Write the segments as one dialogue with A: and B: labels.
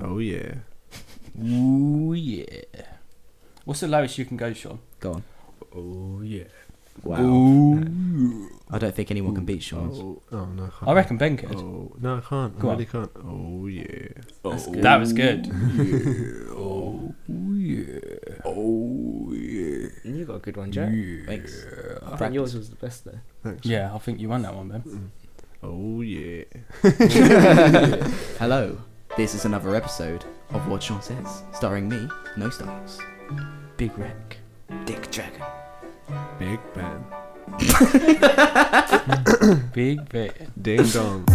A: Oh yeah.
B: Ooh yeah. What's the lowest you can go, Sean?
C: Go on.
A: Oh yeah.
C: Wow. I don't think anyone can beat Sean's.
A: Oh, oh no. I, can't.
B: I reckon Ben could.
A: Oh no, I can't.
B: Go
A: I
B: on.
A: really can't. Oh yeah.
B: That's good. That was good.
A: Oh yeah. Oh yeah.
D: You got a good one, Jack.
C: Thanks.
D: I think yours was the best though.
A: Thanks.
B: Yeah, I think you won that one, Ben.
A: Oh yeah.
C: Hello. This is another episode of What Sean Says, starring me, No Styles.
B: Big wreck.
C: Dick Dragon.
A: Big Ben.
B: Big bit.
A: Ding dong.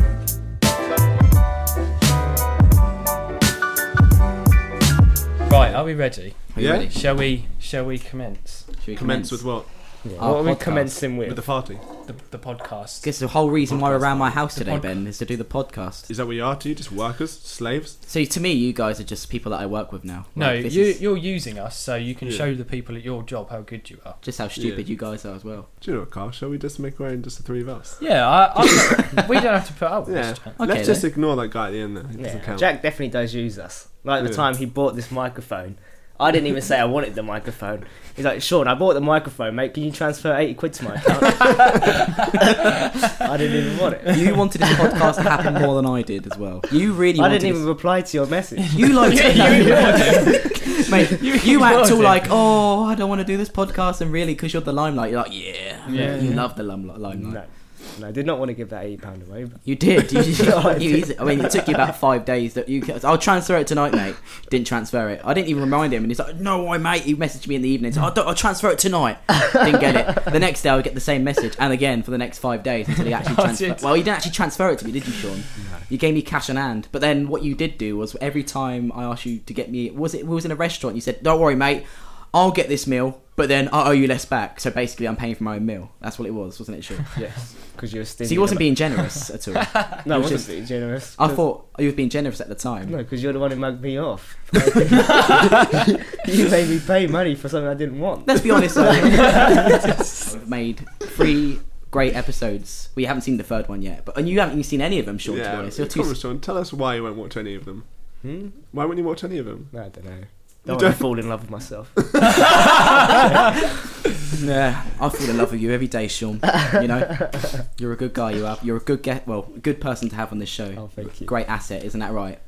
B: Right, are we ready?
C: Are you
A: Yeah?
C: ready?
B: Shall we? Shall we commence
C: Should we
A: Commence with what?
C: Our
D: what are we
C: podcast.
D: commencing with?
A: With the farty.
B: the, the podcast?
C: Guess the whole reason why we're around my house today,
B: podca-
C: Ben, is to do the podcast.
A: Is that what you are to you? Just workers, slaves?
C: So to me, you guys are just people that I work with now.
B: No,
C: Like, this
B: you,
C: is
B: you're using us, so you can
A: Yeah.
B: show the people at your job how good you are.
C: just how stupid
A: Yeah.
C: you guys are as well.
A: Do you know what, Carl? Shall we just make our own just the three of us?
B: Yeah, I, I, we don't have to put up with
A: Yeah.
B: this. Jack.
C: Okay,
A: Let's just
C: then.
A: ignore that guy at the end there. He doesn't
D: yeah.
A: count.
D: Jack definitely does use us. Like the
A: Yeah.
D: time he bought this microphone. I didn't even say I wanted the microphone. He's like, Sean, I bought the microphone, mate. Can you transfer 80 quid to my account? I didn't even want it.
C: You wanted this podcast to happen more than I did as well. You really
D: I
C: wanted
D: didn't
C: this-
D: even reply to your message.
C: You like
B: Yeah,
C: mate. You,
B: ignored
C: act all
B: him.
C: like, oh, I don't want to do this podcast, and really, because you're the limelight, you're like, yeah,
B: Yeah,
C: you
B: yeah.
C: love the lim- limelight.
D: No, no, I did not want to give that eighty pound away. But
C: You did. You, you,
D: No, I
C: you- I mean, it took you about five days. That you, I'll transfer it tonight, mate. Didn't transfer it. I didn't even remind him, and he's like, "No, I mate." He messaged me in the evening. He's like, I'll, do- I'll transfer it tonight. Didn't get it. The next day, I would get the same message, and again for the next five days until he actually
B: I
C: transferred.
B: did.
C: Well, you didn't actually transfer it to me, did you, Sean? You gave me cash on hand. But then what you did do was every time I asked you to get me, was it? We was in a restaurant. You said, "Don't worry, mate. I'll get this meal." But then I owe you less back, so basically I'm paying for my own meal. That's what it was, wasn't it, Sean?
D: yes, because you were
C: So
D: stingy.
C: he wasn't
D: about-
C: being generous at all.
D: No, I
C: you
D: wasn't
C: just-
D: being generous.
C: I
D: 'cause-
C: thought you were being generous at the time.
D: no, because you're the one who mugged me off. you made me pay money for something I didn't want.
C: Let's be honest. though. I've made three great episodes. We haven't seen the third one yet, but and you haven't even seen any of them. Short, to be
A: Yeah,
C: honest. You're
A: come
C: too.
A: on, Sean. Tell us why you won't watch any of them.
D: Hmm?
A: Why won't you watch any of them?
D: No, I don't know.
A: You
D: Don't,
A: don't-
D: want to fall in love with myself.
C: Nah, I fall in love with you every day, Sean. You know, you're a good guy. You are. You're a good get. Well, a good person to have on this show.
D: oh, thank you.
C: Great asset, isn't that right?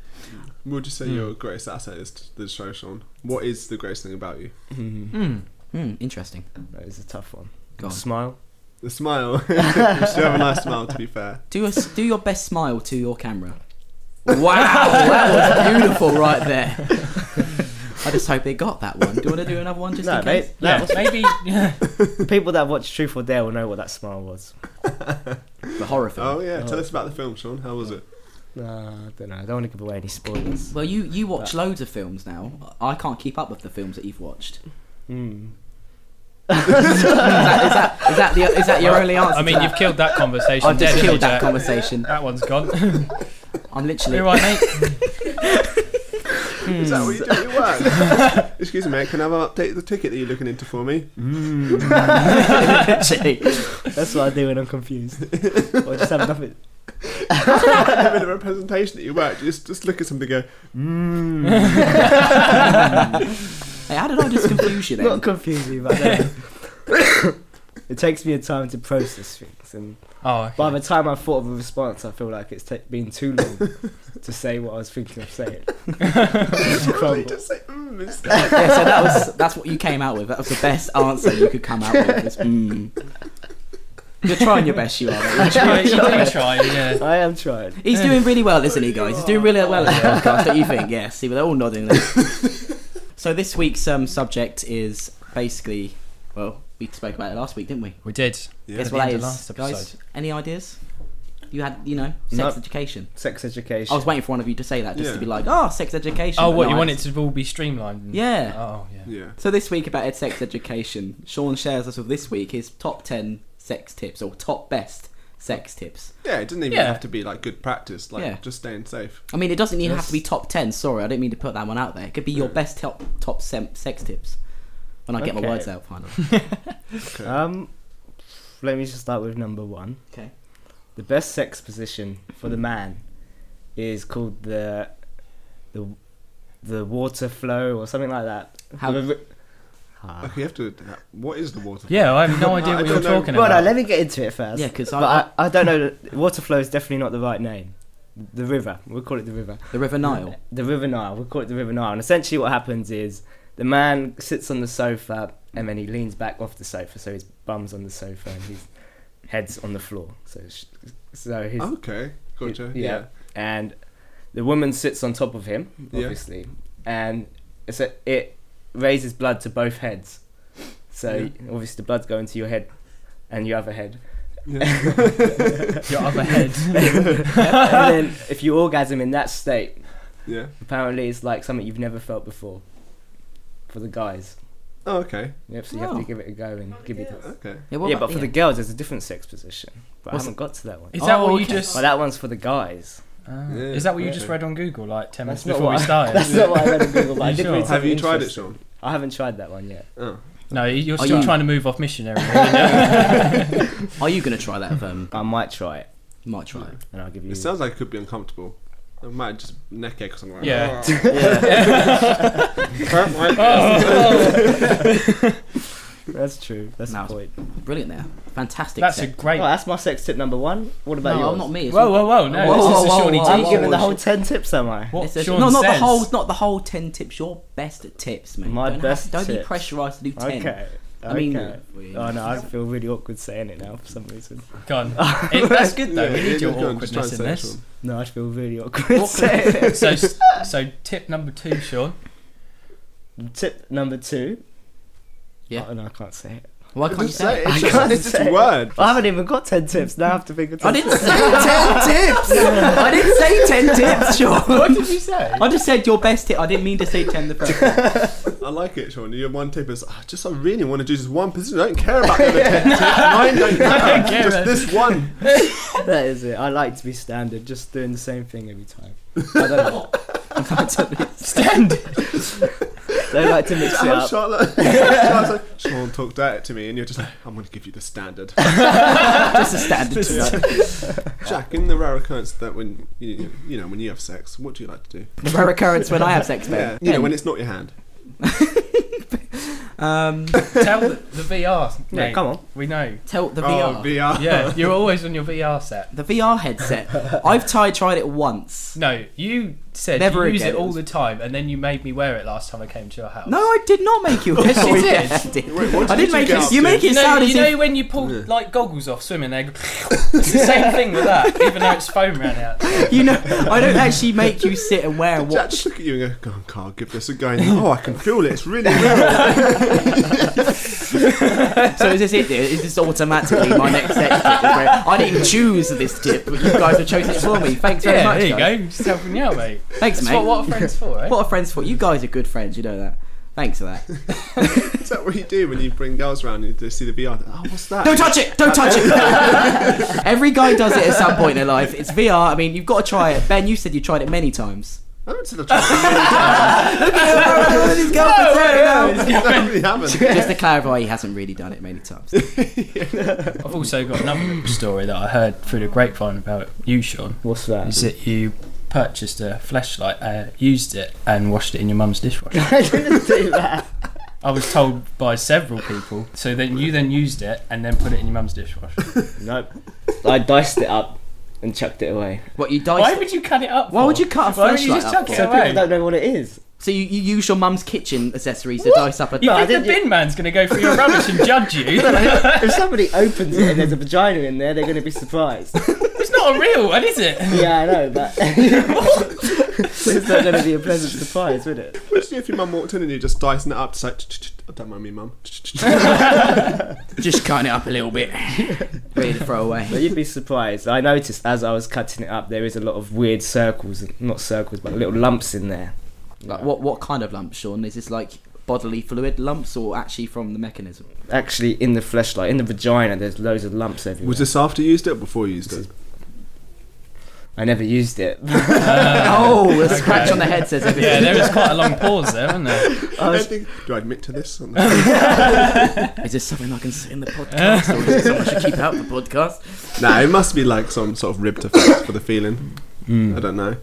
A: Would you
C: Hmm.
A: say your greatest asset is t- the show, Sean? What is the greatest thing about you?
D: Hmm.
B: Hmm.
C: Hmm, interesting.
D: That is a tough one.
C: Go on.
D: Smile.
A: The smile. you should have a nice smile, to be fair.
C: Do a, s- do your best smile to your camera. Wow, that was beautiful right there. I just hope they got that one. Do you want to do another one just
D: No,
C: in case?
D: mate.
B: Yeah,
D: That
B: maybe. Yeah.
D: was, people that watch Truth or Dare will know what that smile was.
C: The horror film.
A: Oh, yeah. Tell
D: Oh.
A: us about the film, Sean. How was it?
D: Nah, I don't know. I don't want to give away any spoilers.
C: Well, you you watch loads of films now. I can't keep up with the films that you've watched.
D: Hmm.
C: is, that, is, that, is that the is that your only answer?
B: I mean,
C: to
B: you've
C: that?
B: killed that conversation.
C: I've just
B: dead, haven't you,
C: killed that
B: Jack?
C: conversation.
B: That one's gone.
C: I'm
B: You're
C: literally.
B: right, mate. Mm.
A: Is that what you do at your work? Excuse me, mate. Can I have an update of the ticket that you're looking into for me?
C: literally.
D: That's what I do when I'm confused. I just have nothing.
A: Having a representation at your work, just just look at something and go,
D: Hmm.
C: Hey, how did I just confuse you
D: Not
C: then?
D: confusing, but I don't know. it takes me a time to process things, and
B: Oh, okay.
D: by the time I've thought of a response, I feel like it's ta been too long to say what I was thinking of saying. It's
A: "Really?"
D: crumbled.
A: just say, mm, it's
C: yeah, so that was that's what you came out with. That was the best answer you could come out with. was, mm. You're trying your best, you are. mate. You're
B: You try,
C: trying
B: you
C: your
B: do
C: best.
B: try, yeah.
D: I am trying.
C: He's doing really well, isn't he, guys? He's doing really well at the podcast, don't you think? Yeah, see, they're all nodding. there. so this week's um, subject is basically, well, we spoke about it last week, didn't we?
B: We did.
A: Yeah.
C: Guess
B: At the
C: what that
B: end
C: is,
B: of last episode.
C: guys? Any ideas? You had, you know, sex
D: No.
C: education.
D: Sex education.
C: I was waiting for one of you to say that, just to
A: Yeah.
C: be like, oh, sex education.
B: Oh,
C: but
B: what
C: no,
B: you
C: I-
B: want it to all be streamlined? and-
C: Yeah.
B: Oh, yeah.
A: Yeah.
C: So this week about ed sex education, Sean shares us with this week his top ten sex tips or top best sex tips.
A: Yeah, it doesn't even
B: Yeah.
A: have to be like good practice, like
C: Yeah.
A: just staying safe.
C: I mean, it doesn't even have
D: Yes.
C: to be top ten. Sorry, I didn't mean to put that one out there. It could be your best top top sem- sex tips. When I get my
D: Okay.
C: words out, finally.
A: Okay.
B: Ah.
D: Um, let me just start with number one.
C: Okay.
D: The best sex position for the man is called the the the water flow or something like that.
C: How-
D: The- Ah.
A: You have to. uh, What is the water?
B: Yeah, I have no idea
A: I
B: what you're
A: don't know.
B: talking
D: Well, no,
B: about.
D: let me get into it first.
C: Yeah, 'cause I-
D: I, but I, I don't know. that- Water flow is definitely not the right name. The river, we'll call it the river.
C: The River Nile.
D: The River Nile. We call it the River Nile. And essentially, what happens is the man sits on the sofa and then he leans back off the sofa, so his bum's on the sofa and his head's on the floor. So, sh- so his
A: Okay. Oh, Gotcha.
D: Yeah.
A: Yeah.
D: and the woman sits on top of him,
A: Yeah.
D: obviously, and it's a, it raises blood to both heads. So
A: Yeah.
D: obviously, the blood's going to your head and your other head.
A: Yeah.
B: Your other head.
D: and then if you orgasm in that state,
A: yeah.
D: apparently it's like something you've never felt before for the guys.
A: Oh, okay.
D: Yep, so you have
C: Oh.
D: to give it a go and give it.
A: Okay.
C: what
D: yeah,
C: about-
D: but for the girls, there's a different sex position. But
C: What's
D: I haven't got to that one.
B: Is that
C: Oh,
B: what you
C: okay.
B: just?
D: Well, that one's for the guys.
B: Ah,
A: Yeah,
B: is that what you
A: yeah.
B: just read on Google like ten minutes
D: That's
B: before
D: not
B: we
D: what I-
B: started?
D: That's not what I read on Google. But I
B: You
D: did
B: sure?
D: read
B: It's
A: Have you
D: something
A: tried it,
D: interesting.
A: Sean?
D: I haven't tried that one yet.
A: Oh.
B: No, you're
C: Are
B: still
C: you-
B: trying to move off missionary. aren't you?
C: Are you going to try that? If, um,
D: I might try it,
C: might try. it.
D: and I'll give you.
A: It sounds like it could be uncomfortable. It might just neck ache or something. Like
B: Yeah.
C: Oh.
D: That's true. That's
C: No,
D: the point.
C: Brilliant there. Fantastic.
B: That's a
C: set.
B: great.
D: Oh, that's my sex tip number one. What about
C: no,
D: yours?
C: not me. It's
B: Whoa, whoa, whoa! No,
C: Whoa,
B: this is
C: whoa,
B: a Shawnee
C: whoa,
D: Are you
C: whoa,
B: teacher.
D: giving
C: whoa.
D: the whole ten tips? Am I?
B: What
C: It's a-
B: Sean
C: no, not
B: says.
C: the whole, not the whole ten tips. Your best tips, mate.
D: My
C: don't
D: best
C: Have, don't be
D: tips.
C: pressurised to do ten.
D: Okay.
C: I mean,
D: okay.
C: we-
D: oh no, I feel really awkward saying it now for some reason.
B: Go on. It- that's good though. we need your
A: go on, just try
B: awkwardness in
A: and say it,
B: this.
A: Sean.
D: No, I feel really awkward saying it.
B: So, s- so tip number two, Sean.
D: Tip number two.
C: Yeah.
D: Oh, no, I can't say it.
C: Why can't you
A: Just
C: say?
A: say it,
D: I
A: Sean.
D: can't
A: It's just
D: say
A: a
D: it.
A: word.
D: I haven't even got ten tips. Now I have to think of. 10
C: I didn't say ten tips. I didn't say ten tips, Sean.
B: did you say?
C: I just said your best tip. I didn't mean to say ten the first. time.
A: I like it, Sean. Your one tip is "Ah, just I really want to do this one position. I don't care about the other ten tips. Mine don't count.
B: care,
A: Just
B: man.
A: this one.
D: that is it. I like to be standard, just doing the same thing every time. I don't know.
B: Stand.
D: They like to mix it
A: Oh,
D: up.
A: Charlotte. Charlotte's like, Sean talked at it to me, and you're just like, I'm going to give you the standard.
C: Just a standard. tip.
A: Jack, in the rare occurrence that when you, you know when you have sex, what do you like to do?
C: The rare occurrence when I have sex, mate.
A: Yeah, you know when it's not your hand.
C: Um,
B: Tell the, the VR.
D: Yeah,
B: mate.
D: come on.
B: We know.
C: tell the
A: Oh, VR.
B: Yeah, you're always on your VR set.
C: The VR headset. I've tried tried it once.
B: No, you said
C: Never
B: you use
C: again.
B: it all the time, and then you made me wear it last time I came to your house.
C: No, I did not make you.
B: Yes, you
C: Yeah,
B: did.
C: I did.
A: Wait, what
C: I
A: did
C: did
A: you
C: make
A: get
C: it.
A: up
C: You
A: to?
C: make
B: You
C: it
B: know,
C: sound as
B: you know
C: if.
B: when you pull like goggles off swimming, they go, it's the same thing with that, even though it's foam around out.
C: You know, I don't actually make you sit and wear and
A: Jack
C: watch.
A: just look at you and go, "Go on, Carl, give this a go." And oh, I can feel it. It's really real.
C: So is this it? dear? Is this automatically my next set? tip? I didn't choose this tip, but you guys have chosen it for me. Thanks very
B: yeah,
C: much.
B: there you
C: guys.
B: go. Just helping you out, mate.
C: Thanks,
B: That's
C: mate.
B: what, what a friend's for, eh?
C: What are friends for? You guys are good friends. You know that. Thanks for that.
A: Is that what you do when you bring girls around and they see the VR? Oh, what's that?
C: Don't touch it! Don't touch it! Every guy does it at some point in their life. It's VR. I mean, you've got to try it. Ben, you said you tried it many times.
A: I haven't said I've tried
C: His girlfriend's there now.
A: it. No, I really haven't.
C: Just to clarify, he hasn't really done it many times.
B: I've also got another story that I heard through the grapevine about you, Sean.
D: What's that?
B: Is that you purchased a flashlight, uh, used it, and washed it in your mum's dishwasher?
D: I didn't do that.
B: I was told by several people. So then you then used it and then put it in your mum's dishwasher.
D: Nope. I diced it up and chucked it away.
C: What you
B: Why
C: diced?
B: would you cut it up?
C: Why
B: for?
C: would you cut a
B: Why would you
C: flashlight
B: just
C: up
B: chuck it
C: for?
D: So people
B: away?
D: don't know what it is.
C: So you, you use your mum's kitchen accessories to
B: What?
C: dice up a.
B: You
D: No, I
B: think the
D: didn't-
B: bin man's going to go through your rubbish and judge you?
D: if somebody opens it and there's a vagina in there, they're going to be surprised.
B: It's not a real one, is it?
D: yeah, I know, but it's not going to be a pleasant surprise, would it?
A: What do you do if your mum walked in and you're just dicing it up? Just like, "Ch-ch-ch-ch." don't mind me, mum. Ch-ch-ch-ch.
C: Just cutting it up a little bit. Ready to throw away.
D: But you'd be surprised. I noticed as I was cutting it up, there is a lot of weird circles, not circles, but little lumps in there.
C: Like, what what kind of lump, Sean? Is this like bodily fluid lumps or actually from the mechanism?
D: Actually, in the fleshlight, in the vagina, there's loads of lumps everywhere.
A: Was this after you used it or before you used
D: This
A: it?
D: is- I never used it.
C: oh, the
B: okay.
C: scratch on the head says everything.
B: Yeah, there was quite a long pause there, wasn't there?
D: I
C: uh,
D: was-
A: Anything- do I admit to this?
C: Is this something I can say in the podcast, or is this something I should keep out of the podcast?
A: nah, it must be like some sort of ribbed effect for the feeling.
D: Mm.
A: I don't know.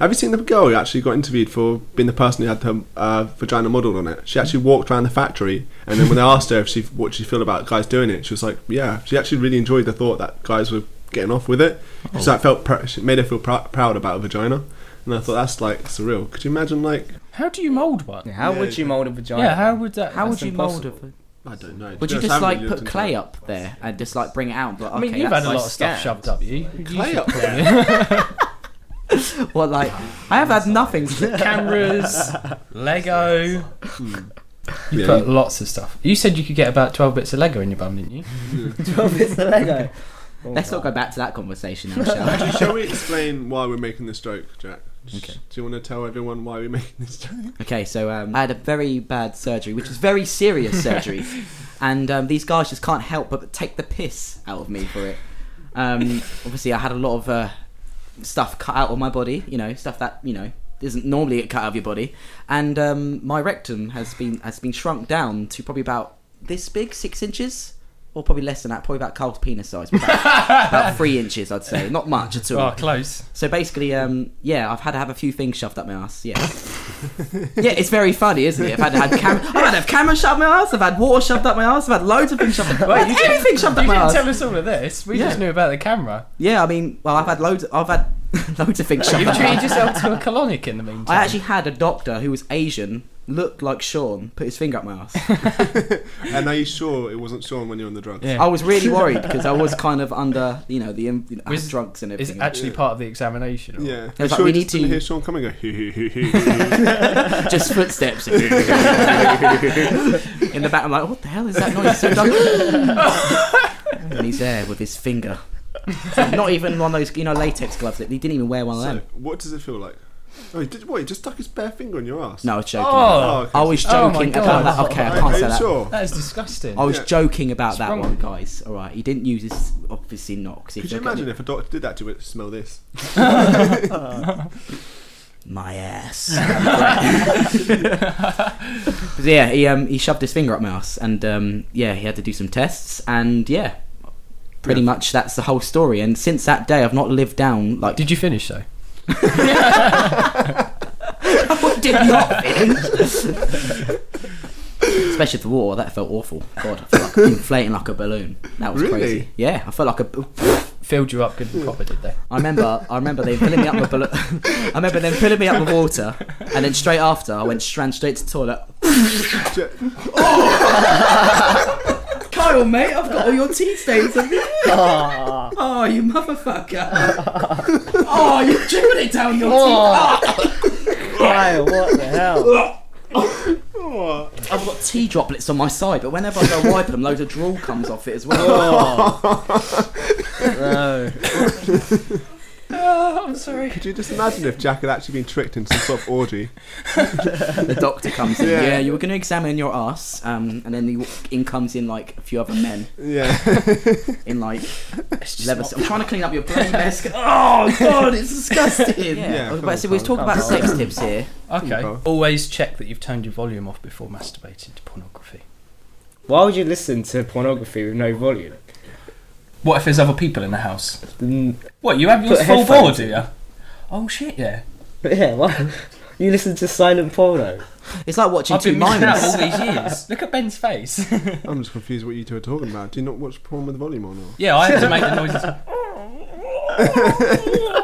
A: Have you seen the girl who actually got interviewed for being the person who had her uh, vagina modelled on it? She actually walked around the factory, and then when they asked her if she what she felt about guys doing it, she was like, "Yeah." She actually really enjoyed the thought that guys were getting off with it. So that felt pr- she made her feel pr- proud about her vagina, and I thought that's like surreal. Could you imagine like
B: How do you mould one?
D: Yeah, how
A: Yeah,
D: would you
A: yeah.
D: mold a vagina?
B: Yeah, how would that?
C: How
D: That's
C: would you mould
D: impossible.
C: it?
A: I don't know.
C: Would you just like put clay up there and just like bring it out? But
B: I mean,
C: okay,
B: you've had
C: that's
B: a lot
C: like-
B: of stuff
D: scams.
B: shoved up you. You
A: Clay
B: should
A: up there.
B: probably-
C: Well, like I have had nothing.
B: Cameras, Lego. You
A: Yeah,
B: put
A: you-
B: lots of stuff. You said you could get about 12 bits of Lego in your bum, didn't you?
D: Twelve bits of Lego. Oh,
C: Let's not
D: wow.
C: go back to that conversation now, shall we?
A: Actually, shall we explain why we're making this joke, Jack? Okay. Do you want to tell everyone why we're making this joke?
C: Okay, so um, I had a very bad surgery, which was very serious surgery, and um, these guys just can't help but take the piss out of me for it. Um, obviously, I had a lot of uh, stuff cut out of my body, you know, stuff that you know isn't normally get cut out of your body, and um, my rectum has been has been shrunk down to probably about this big, six inches. Or probably less than that, probably about Carl's penis size, but about, about three inches, I'd say. Not much at all.
B: Oh, close.
C: So basically, um, yeah, I've had to have a few things shoved up my ass. Yeah, yeah, it's very funny, isn't it? I've had to have cam- I've had to have cameras shoved up my ass. I've had water shoved up my ass. I've had loads of things shoved up. I've had everything shoved up
B: You
C: my
B: didn't
C: ass.
B: tell us all of this. We
C: Yeah.
B: just knew about the camera.
C: yeah, I mean, well, I've had loads. I've had loads of things shoved
B: You've
C: up. my
B: treated
C: ass.
B: yourself to a colonic in the meantime.
C: I actually had a doctor who was Asian, looked like Sean, put his finger up my ass.
A: And are you sure it wasn't Sean when you're on the drugs?
B: Yeah.
C: I was really worried because I was kind of under, you know, the in- you know, I had
B: Was-
C: drugs and
B: Is
C: everything.
B: it actually part of the examination? or-
A: Yeah.
C: It was like,
A: sure
C: we
A: you
C: need
A: just didn't
C: to-
A: hear Sean coming. Go. "Hoo, hoo, hoo, hoo, hoo."
C: just footsteps in the back. I'm like, what the hell is that noise? So dumb. and he's there with his finger. Not even one of those, you know, latex gloves. That he didn't even wear one of
A: so,
C: them.
A: what does it feel like? Oh, he did, what? He just stuck his bare finger on your ass.
C: No, I was joking.
B: Oh,
C: I was
B: Oh my
C: joking
B: God.
C: about that. Okay, I
A: Are-
C: can't
A: are
C: say
A: you
C: that.
A: Sure.
B: that is disgusting.
C: I was
A: Yeah.
C: joking about that
B: wrong
C: one,
B: with you?
C: guys. All right, he didn't use his. Obviously not. 'cause if
A: Could you
C: you're getting-
A: imagine if a doctor did that to it? Smell this.
C: my ass. But yeah, he um he shoved his finger up my ass, and um yeah, he had to do some tests, and yeah, pretty
A: Yeah.
C: much that's the whole story. And since that day, I've not lived down like
B: Did you finish though?
C: I did not finish. Especially the water, that felt awful. God, I felt like inflating like a balloon. That was
A: Really?
C: crazy. Yeah, I felt like a.
B: Filled you up good and proper, did they?
C: I remember, I remember them filling me up with bullet. I remember them filling me up with water, and then straight after, I went straight straight to the toilet.
A: J-
C: Kyle, mate, I've got all your tea stains on me. Oh, you motherfucker. Oh, you chewed it down your teeth. Ah.
D: Kyle, what the hell?
A: Oh,
C: I've got tea droplets on my side, but whenever I go wipe them, loads of drool comes off it as well.
D: No.
B: Oh, I'm sorry.
A: Could you just imagine if Jack had actually been tricked in some sort of orgy?
B: Oh.
C: the doctor comes in.
A: Yeah.
C: Yeah, you were going to examine your ass, um, and then he- in comes in like a few other men
A: Yeah.
C: in like leather. I'm trying to clean up your bloody desk. Oh god, it's disgusting.
A: Yeah, of
C: but so we was talking about sex tips here.
B: Okay.
A: Well.
B: Always check that you've turned your volume off before masturbating to pornography.
D: Why would you listen to pornography with no volume?
B: What if there's other people in the house?
D: Mm,
B: What, you have your
D: Put
B: full board,
D: headphones
B: do you? Oh shit, yeah.
D: Yeah, why? You listen to silent porno.
C: It's like watching
B: I've
C: two
B: been missing out all
C: minors.
B: these years. Look at Ben's face.
A: I'm just confused what you two are talking about. Do you not watch porn with volume on? Or?
B: yeah, I have to make the noises.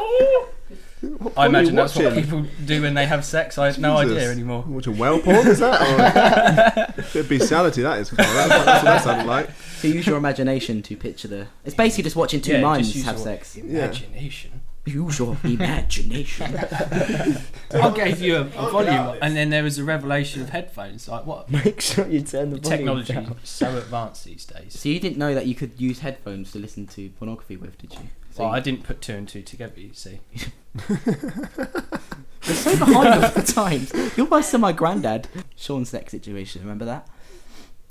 A: What
B: I
A: porn are you
B: imagine that's what
A: watching?
B: people do when they have sex. I have no
A: Jesus.
B: idea anymore.
A: Watching whale porn is that? Or bit of bestiality that is. Carl. That's, what- that's what that sounded like.
C: So use your imagination to picture the. It's basically just watching two
B: Yeah,
C: minds
B: just use
C: have
B: your-
C: sex.
B: Imagination.
C: Use your imagination.
B: I gave you a, a volume, and then there was a revelation of headphones. Like what?
D: Make sure you turn the volume
B: Technology
D: down.
B: is so advanced these days.
C: so you didn't know that you could use headphones to listen to pornography with, did you? So
B: Well, I
C: you-
B: didn't put two and two together. You see,
C: You're so behind all the times. You're worse than my granddad. Sean's sex situation. Remember that?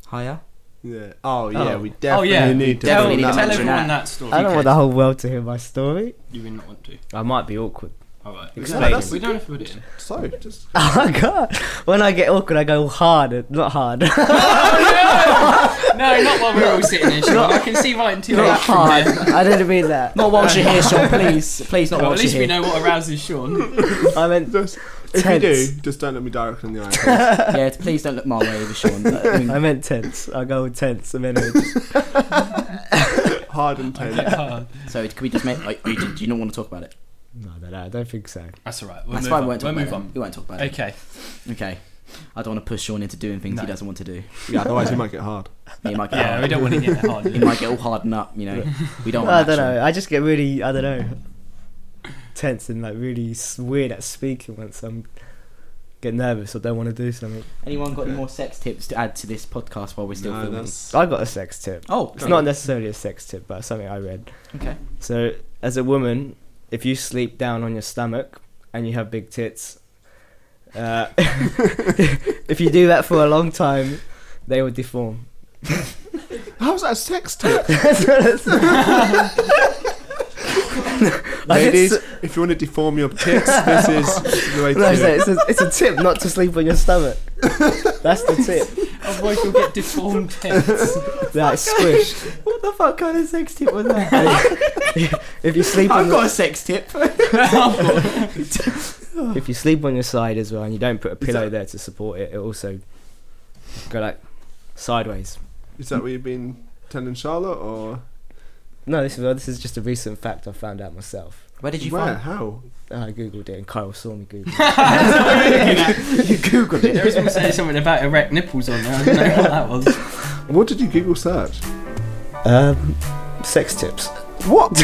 C: Higher.
A: Yeah. Oh yeah,
D: Oh.
A: we definitely
B: oh yeah,
A: need to
B: tell,
A: film
C: definitely
A: that.
B: tell
C: need to
B: everyone
C: mention
B: that story.
D: I don't
B: Okay.
D: want the whole world to hear my story.
B: You would not want to.
D: I might be awkward.
B: All right,
D: Explain.
A: Yeah, that's-
B: We don't have to put it in.
A: So just
D: Oh god! When I get awkward, I go hard, not hard.
B: Oh, No, not while we're all sitting here, Sean. I can see right into your
D: Not
B: eyes from
D: hard.
B: here.
D: I didn't mean that.
C: Not whilst you're here, Sean. Please, please, not
B: Well, at
C: whilst
B: least
C: you're
B: we
C: here.
B: know what arouses Sean.
D: I meant
A: um, Just, if you
D: Tense.
A: do, just don't look me directly in the eye. please.
C: Yeah, please don't look my way, over Sean. I mean,
D: I meant tense. I go with tense. I meant it.
A: Hard and
B: I
A: tense.
B: get hard.
C: so can we just make? Like, oh, you do you not want to talk about it?
D: no, no, no, I don't think so.
B: That's alright. We'll
C: That's
B: move
C: fine.
B: on.
C: We won't
B: We'll
C: talk
B: move
C: about it.
B: on.
C: We won't talk about it.
B: Okay.
C: Okay. I don't want to push Sean into doing things
B: No.
C: he doesn't want to do.
A: Yeah, otherwise you might get hard.
C: He might get
B: Yeah, we don't want to get hard.
C: he might get all hardened up. You know, we don't.
D: I
C: Want that,
D: don't
C: Sean.
D: know. I just get really, I don't know, tense and like really s- weird at speaking once I'm get nervous or don't want to do something.
C: Anyone got any
A: Okay.
C: more sex tips to add to this podcast while we're still
A: No,
C: filming?
A: that's
D: I got a sex tip.
C: Oh,
D: It's not necessarily a sex tip, but something I read.
C: okay.
D: So, as a woman, if you sleep down on your stomach and you have big tits, uh, if you do that for a long time, they will deform.
A: how's that a sex tip? Ladies,
D: Ladies,
A: if you want to deform your tits, this is the way to
D: No,
A: do
D: so
A: it.
D: it's, a, it's a tip not to sleep on your stomach. That's the tip.
B: Otherwise, you'll get deformed heads.
D: That is squished.
C: What the fuck kind of sex tip was that?
D: If you sleep on
C: I've got
D: your,
C: a sex tip.
D: if you sleep on your side as well, and you don't put a pillow
A: that-
D: there to support it, it also go like sideways.
A: Is that what you've been telling Charlotte, or
D: No, this is this is just a recent fact I found out myself.
C: Where did you
A: where?
C: find?
A: How?
D: I googled it, and Kyle saw me Google.
C: you googled
B: There is also something about erect nipples on there. I don't know what that was.
A: What did you Google search?
D: Um, sex tips.
A: What?